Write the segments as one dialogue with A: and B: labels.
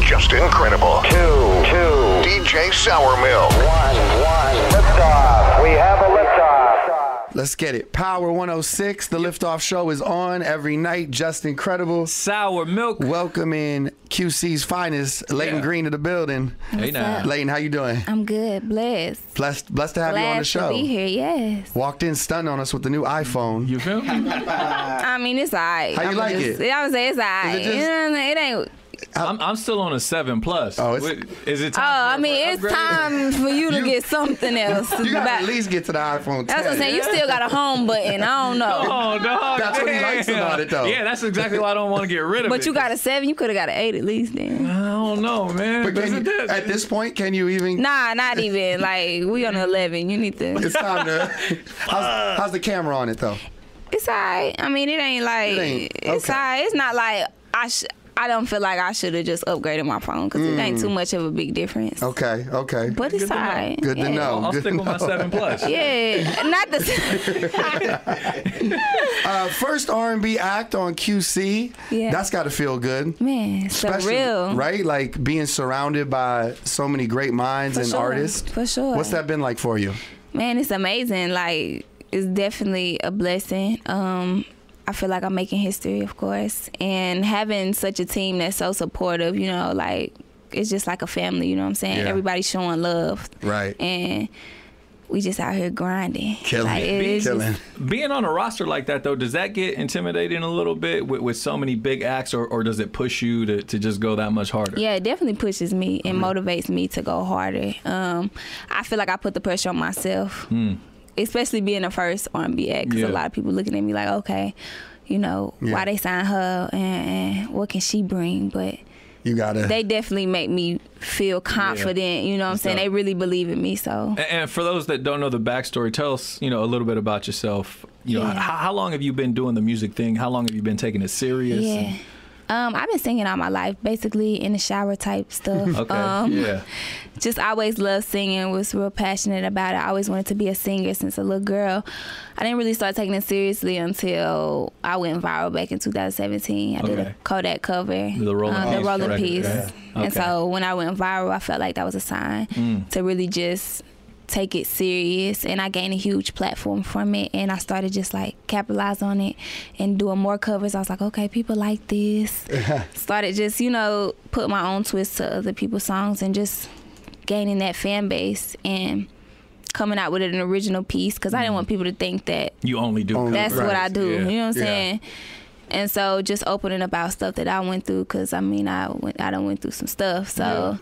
A: just incredible.
B: Two, two,
A: DJ Sour Milk.
B: one, one. Liftoff. We have a liftoff.
C: Let's get it. Power 106, the liftoff show is on every night. Just incredible.
D: Sour milk.
C: Welcome in QC's finest, Leighton
D: Yeah.
C: Green to the building.
D: Hey now.
C: Leighton, how you doing?
E: I'm good. Blessed.
C: Blessed, blessed to have you on the
E: Glad
C: show.
E: to be here. Yes.
C: Walked in stunned on us with the new iPhone.
D: You feel me?
E: I mean, it's alright.
C: How you
E: I'm
C: like
E: just,
C: it?
E: I would say it's alright.
C: Is it
E: you
C: just-
E: know what I'm saying? It ain't.
D: I'm, I'm still on a seven plus.
C: Oh, it's-
D: What- is it
E: Oh, I
D: time? for
E: mean,
D: an
E: it's
D: upgrade?
E: time for you to get something else.
C: You gotta
E: But-
C: at least get to the iPhone 10.
E: that's what I'm saying. You still got a home button. I don't know.
D: Oh, dog.
C: That's what he likes about it, though.
D: Yeah, that's exactly why I don't want to get rid of it.
E: But you got a seven. You could have got an eight at least then.
D: I don't know, man.
C: But can
D: Isn't
C: you,
D: that-
C: at this point, can you even?
E: Nah, not even. Like we on eleven. You need to.
C: It's time to. how's, how's the camera on it though?
E: It's alright. I mean, it ain't like
C: It ain't.
E: it's
C: Okay.
E: alright. It's not like I sh- I don't feel like I should have just upgraded my phone because it ain't too much of a big difference.
C: Mm. Okay, okay.
E: But it's
D: Good to know.
E: alright.
C: Good to
E: Yeah.
C: know.
D: I'll stick with my seven plus.
E: Yeah, not the.
C: Uh, first R&B act on QC.
E: Yeah.
C: That's got to feel good.
E: Man, it's so
C: Especially,
E: real.
C: right? Like being surrounded by so many great minds
E: For
C: and
E: sure,
C: artists.
E: for sure.
C: What's that been like for you?
E: Man, it's amazing. Like, it's definitely a blessing. Um, I feel like I'm making history, of course. And having such a team that's so supportive, you know, like, it's just like a family, you know what I'm saying?
C: Yeah.
E: Everybody's showing love.
C: Right.
E: And we just out here grinding.
C: Killing.
E: Like, it is just-
C: Killing.
D: Being on a roster like that, though, does that get intimidating a little bit with, with so many big acts, or, or does it push you to, to just go that much harder?
E: Yeah, it definitely pushes me and motivates me to go harder. Um, I feel like I put the pressure on myself, especially being the first R&B act. 'cause
D: Yeah.
E: a lot of people looking at me like, okay, you know,
C: Yeah.
E: why they sign her and, and what can she bring? But
C: You gotta.
E: they definitely make me feel confident. You know what I'm saying?
D: So-
E: They really believe in me. So
D: A- And for those that don't know the backstory, tell us, you know, a little bit about yourself. You know,
E: Yeah.
D: h- how, long have you been doing the music thing? How long have you been taking it serious?
E: yeah. Um, I've been singing all my life, basically in the shower type stuff.
D: Okay.
E: Um,
D: yeah.
E: just always loved singing was real passionate about it i always wanted to be a singer since a little girl i didn't really start taking it seriously until i went viral back in 2017 i did
D: Okay.
E: a kodak cover
D: The Rolling
E: um,
D: Piece
E: the rolling
D: record,
E: piece
D: yeah.
E: and
D: Okay. Mm.
E: so when i went viral i felt like that was a sign to really just take it serious and i gained a huge platform from it and i started just like capitalize on it and doing more covers i was like okay people like this started just you know put my own twist to other people's songs and just gaining that fan base and coming out with an original piece because I didn't
D: Mm.
E: want people to think that
D: You only do.
C: Only-
E: that's
D: covers.
E: what I do.
D: Yeah.
E: You know what I'm
C: Yeah.
E: saying? And so just opening about stuff that I went through because I mean I went I done went through some stuff so.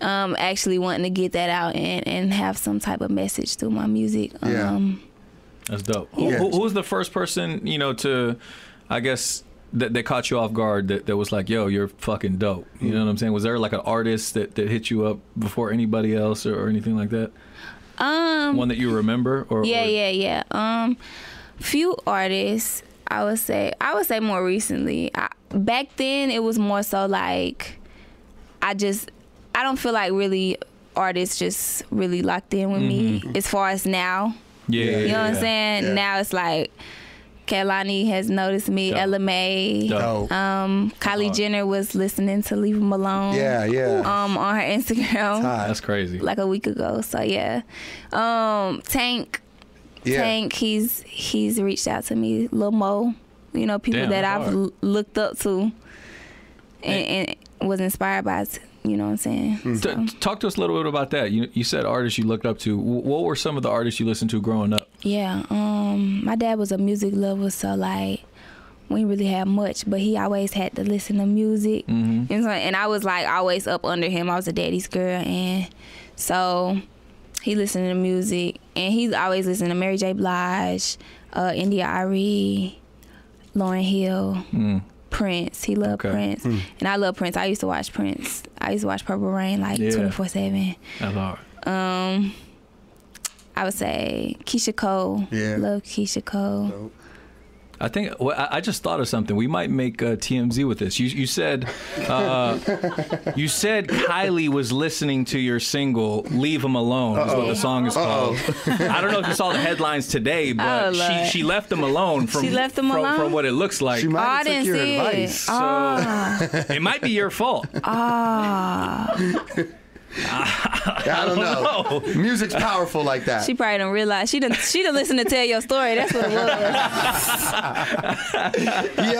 E: Um, actually wanting to get that out and, and have some type of message through my music.
C: Yeah.
E: Um,
D: That's dope. Who,
C: Yeah.
D: who, who was the first person, you know, to, I guess, that, that caught you off guard that, that was like, yo, you're fucking dope? You
E: Mm.
D: know what I'm saying? Was there like an artist that, that hit you up before anybody else or, or anything like that?
E: um,
D: One that you remember? Or
E: yeah,
D: or-
E: yeah, yeah. Um, few artists, I would say, I would say more recently. I, back then, it was more so like, I just, I don't feel like really artists just really locked in with me as far as now.
D: Yeah, yeah,
E: You know what I'm
D: yeah.
E: saying?
C: Yeah.
E: Now it's like, Kehlani has noticed me.
D: Dope.
E: Ella May,
D: Dope.
C: oh,
E: um, Kylie
D: Hard.
E: Jenner was listening to Leave Him Alone.
C: yeah, yeah.
E: Um, on her Instagram
C: Hi.
D: That's crazy.
E: like a week ago. So yeah, um, Tank
C: yeah.
E: Tank, he's he's reached out to me, Lil Mo, you know, people
D: Damn,
E: that
D: that's
E: I've
D: hard.
E: l- looked up to and, and was inspired by, you know what I'm saying? So,
D: T- t- talk to us a little bit about that. You, you said artists you looked up to. W- what were some of the artists you listened to growing up?
E: yeah, um, my dad was a music lover, so like we didn't really had much, but he always had to listen to music.
D: Mm-hmm.
E: And, so, and I was like always up under him. I was a daddy's girl, and so he listened to music, and he's always listening to Mary J. Blige, uh, India Ari, Lauren Hill, Prince. He loved
D: Mm. Okay.
E: Prince, and I love Prince. I used to watch Prince. I used to watch Purple Rain like
D: Yeah.
E: twenty four seven.
D: That's hard.
E: Um, I would say Keisha Cole.
C: Yeah.
E: Love Keisha Cole.
C: Dope.
D: I think well, I I just thought of something. We might make uh, TMZ with this. You, you said uh, you said Kylie was listening to your single "Leave Him Alone" is what the song is
C: Oh.
D: called. I don't know if you saw the headlines today,
E: Oh,
D: but
E: Lord.
D: she, she left them alone. From
E: She left them
D: from,
E: alone?
D: from what it looks like.
C: She might
E: Oh, I
C: have took
E: didn't
C: your
E: see it.
C: advice.
D: so
E: Ah.
D: it might be your fault.
C: I don't know. Music's powerful like that.
E: She probably don't realize she didn't. She didn't listen to tell your story. That's what it was.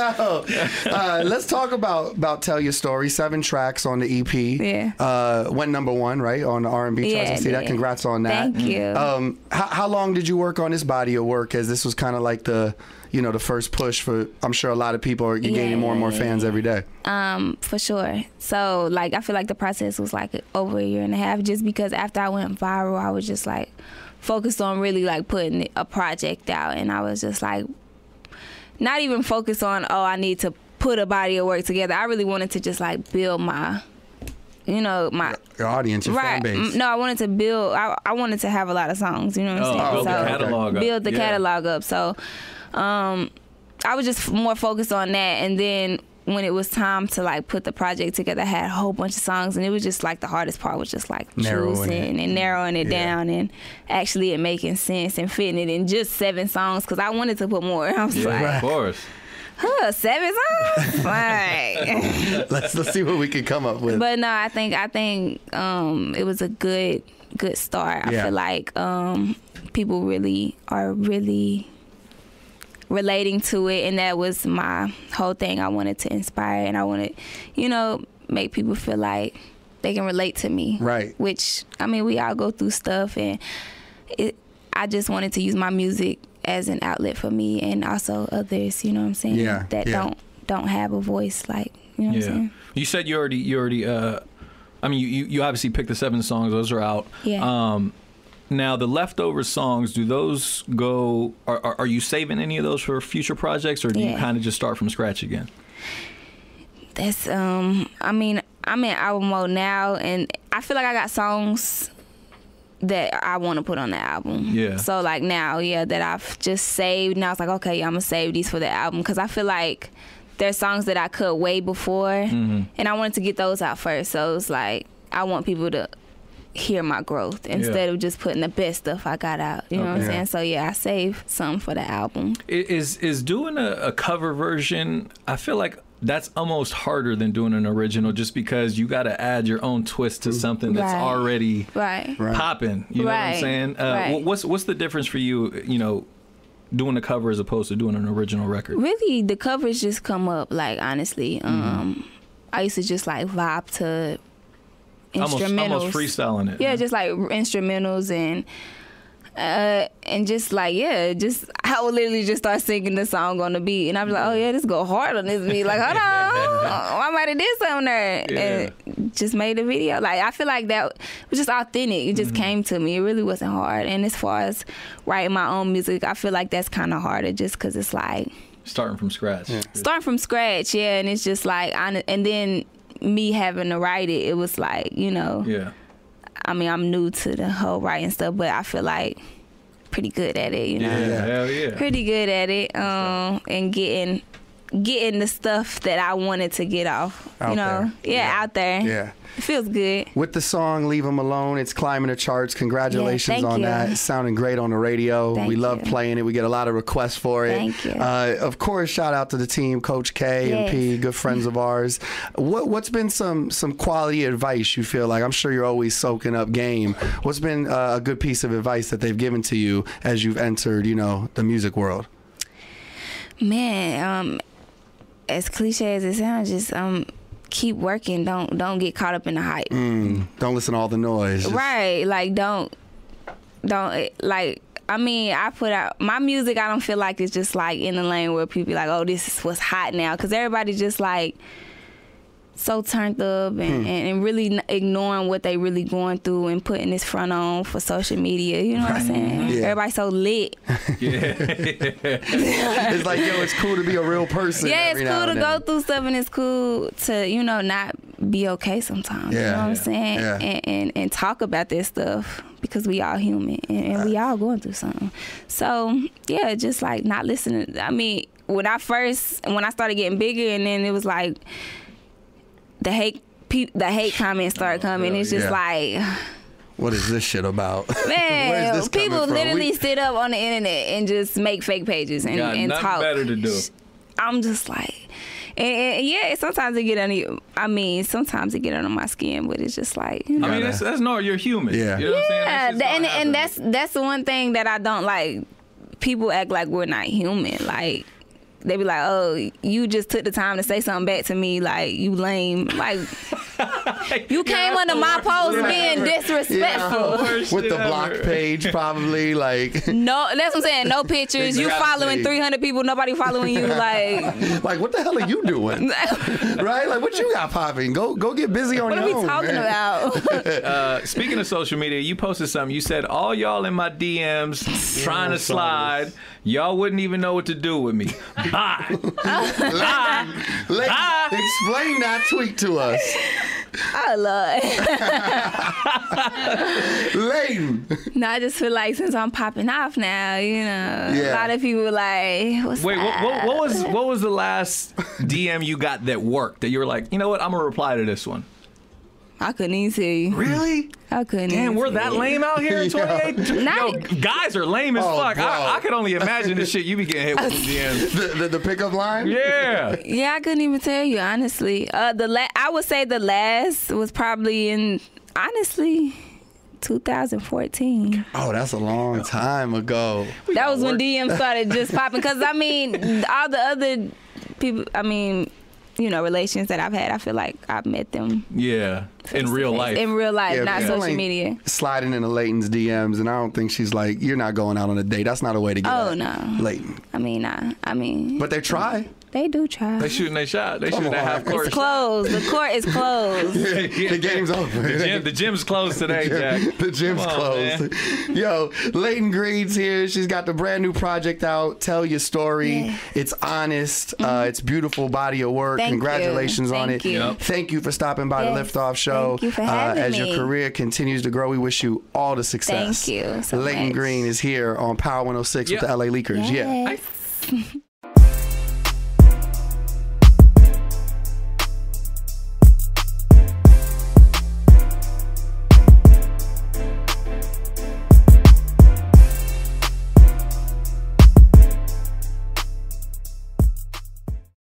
C: Yo, uh, let's talk about about tell your story. Seven tracks on the EP.
E: Yeah.
C: Uh, went number one right on the R and B charts.
E: Yeah,
C: I
E: it
C: see that.
E: did.
C: Congrats on that.
E: Thank you.
C: Um, how, how long did you work on this body of work? As this was kind of like the you know the first push for. I'm sure a lot of people are you're gaining more and more fans every day.
E: Um, for sure. So like, I feel like the process was like over a year and a half, just because after I went viral, I was just like focused on really like putting a project out, and I was just like not even focused on oh I need to put a body of work together. I really wanted to just like build my, you know my.
C: Your audience, your fan
E: Right.
C: base.
E: Mm, No, I wanted to build. I, I wanted to have a lot of songs. You know what I'm
D: Oh, build
E: saying?
D: the
E: So,
D: catalog up.
E: Build the
D: Yeah.
E: catalog up. So, um, I was just f- more focused on that, and then when it was time to like put the project together, I had a whole bunch of songs, and it was just like the hardest part was just like
C: Narrowing
E: choosing
C: it. Mm-hmm.
E: and narrowing it
C: Yeah.
E: down, and actually it making sense and fitting it in just seven songs because I wanted to put more. I was
D: Yeah,
E: like,
D: of course.
E: huh, seven songs, like.
C: let's let's see what we can come up with.
E: But no, I think I think um, it was a good good start.
C: Yeah.
E: I feel like um, people really are really relating to it, and that was my whole thing. I wanted to inspire, and I wanted, you know, make people feel like they can relate to me.
C: Right.
E: Which I mean, we all go through stuff, and it. I just wanted to use my music as an outlet for me and also others. You know what I'm saying?
C: Yeah,
E: That
C: yeah.
E: don't don't have a voice, like you know what I'm
D: Yeah.
E: saying?
D: You said you already you already uh I mean you, you, you obviously picked the seven songs, those are out.
E: Yeah.
D: Um now the leftover songs, do those go are are, are you saving any of those for future projects or do you
E: Yeah.
D: kinda just start from scratch again?
E: That's um. I mean, I'm in album mode now, and I feel like I got songs that I want to put on the album.
D: Yeah.
E: So like now, yeah, that I've just saved. Now it's like, okay, I'm gonna save these for the album because I feel like there's songs that I cut way before, and I wanted to get those out first. So it's like I want people to hear my growth instead of just putting the best stuff I got out. You know what I'm
C: Okay.
E: saying? So yeah, I save some for the album.
D: I- Is is doing a, a cover version I feel like that's almost harder than doing an original just because you gotta add your own twist to something that's
E: Right.
D: already
E: Right.
C: Right.
D: popping. You know what I'm
E: Right.
D: saying? Uh,
E: Right.
D: wh- What's what's the difference for you? You know, doing a cover as opposed to doing an original record.
E: really the covers just come up like honestly
D: Mm-hmm.
E: um i used to just like vibe to
D: Almost,
E: instrumentals
D: almost freestyling it.
E: yeah just like instrumentals and uh and just like yeah just i would literally just start singing the song on the beat and i'm like oh yeah this go hard on this beat like hold on i might have did something there and just made a video like i feel like that was just authentic it just
D: Mm-hmm.
E: came to me it really wasn't hard and as far as writing my own music i feel like that's kind of harder just because it's like
D: starting from scratch.
E: starting from scratch yeah and it's just like I, and then me having to write it it was like you know
D: Yeah.
E: i mean i'm new to the whole writing stuff but i feel like pretty good at it you know
D: Yeah, hell yeah.
E: pretty good at it um and getting getting the stuff that i wanted to get off
C: Out
E: you know
C: there.
E: Yeah, out there
C: Yeah.
E: it feels good
C: With the song "Leave 'Em Alone," it's climbing the charts. Congratulations
E: Yeah, thank
C: on
E: you.
C: that. It's sounding great on the radio.
E: Thank
C: we love
E: you.
C: playing it. We get a lot of requests for it.
E: Thank you.
C: Uh, of course, shout out to the team, Coach K and
E: Yes.
C: P, good friends of ours. What What's been some some quality advice you feel like? I'm sure you're always soaking up game. What's been uh, a good piece of advice that they've given to you as you've entered, you know, the music world?
E: man um as cliche as it sounds just um keep working don't don't get caught up in the hype
C: Don't listen to all the noise. Just-
E: right like don't don't eh, like i mean i put out my music i don't feel like it's just like in the lane where people be like oh this is what's hot now because everybody's just like so turned up and,
C: Hmm.
E: and, and really n- ignoring what they really going through and putting this front on for social media you know what i'm saying
C: Yeah.
E: everybody's so lit
C: It's like, yo, it's cool to be a real person.
E: yeah it's
C: every now
E: cool to
C: and
E: go
C: then.
E: through stuff and it's cool to you know not be okay sometimes you
C: Yeah.
E: know what
C: Yeah.
E: i'm saying
C: Yeah.
E: and, and and talk about this stuff because we all human and, and we all going through something so yeah just like not listening i mean when I first when I started getting bigger, and then it was like the hate pe- the hate comments started coming.
D: hell
E: it's just
C: Oh, yeah.
E: like
C: What is this shit about? Where is
E: man,
C: this coming
E: people
C: from?
E: literally
C: We-
E: sit up on the internet and just make fake pages and,
D: Got
E: and
D: nothing
E: talk.
D: better to do.
E: I'm just like. And, and yeah, sometimes it get under. I mean, sometimes it get under my skin, but it's just like you know.
D: I mean,
C: Gotta-
D: that's, that's normal. You're human.
C: Yeah.
D: You know what I'm saying?
E: Yeah,
D: That's just
E: th- and
D: gonna
E: and that's
D: happen.
E: that's the one thing that I don't like. People act like we're not human. Like they be like, "Oh, you just took the time to say something back to me. Like you lame. Like you came
D: that's
E: under
D: the
E: my
D: worst
E: post
D: shit
E: being
D: ever.
E: disrespectful.
D: Worst
C: With
D: shit
C: the block
D: ever.
C: page, probably like,
E: No, that's what I'm saying. No pictures. You
C: Exactly.
E: following 300 people. Nobody following you. Like
C: like what the hell are you doing? right? Like what you got popping? Go go get busy on
E: what
C: your
E: are we
C: own.
E: talking
C: man.
E: about?
D: Uh, speaking of social media, you posted something. You said all y'all in my DMs trying to slide. Y'all wouldn't even know what to do with me. Bye.
C: Let-
D: Ah.
C: Explain that tweet to us,
E: I love. it.
C: Layton.
E: No, I just feel like since I'm popping off now, you know,
C: Yeah.
E: a lot of people like, what's
D: Wait, what, what,
E: up?
D: what was what was the last DM you got that worked? That you were like, you know what? I'm gonna reply to this one.
E: I couldn't even tell you.
D: Really?
E: I couldn't.
D: Damn,
E: even
D: we're
E: tell
D: that
E: you.
D: lame out here in
C: Yeah.
D: 2018.
E: Not-
D: Yo, guys are lame as
C: Oh,
D: fuck.
C: bro.
D: I, I could only imagine the shit you be getting hit with in DMs.
C: The, the the pickup line.
D: Yeah.
E: Yeah, I couldn't even tell you honestly. Uh, the la- I would say the last was probably in honestly 2014.
C: Oh, that's a long time ago.
E: that was when DM started just popping. Cause I mean, all the other people. I mean, you know, relations that I've had. I feel like I've met them
D: Yeah. In real life.
E: in real life,
C: Yeah,
E: not
C: people
E: social
C: ain't
E: media.
C: Sliding into Leighton's DMs, and I don't think she's like, "You're not going out on a date." That's not a way to get.
E: Oh,
C: at
E: no.
C: Leighton.
E: I mean, nah. I mean,
C: But they try.
E: they do try.
D: they shooting their shot. They shooting
C: on.
D: that half court.
E: it's closed. The court is closed.
C: the game's over.
D: The, gym, the gym's closed today, Jack.
C: the gym's
D: Come on,
C: closed.
D: man.
C: Yo, Leighton Green's here. She's got the brand new project out. Tell your story.
E: Yes.
C: It's honest. Uh, it's beautiful body of work.
E: Mm-hmm. Thank you.
C: Congratulations on
E: Thank
C: it.
E: you.
D: Yep.
C: Thank you for stopping by
E: Yes.
C: the Liftoff Show. uh,
E: Thank you for having
C: as your
E: me.
C: career continues to grow, we wish you all the success.
E: Thank you so
C: Leighton
E: much.
C: Green is here on Power 106
D: Yeah.
C: with the LA Leakers. Yeah.
E: Yes.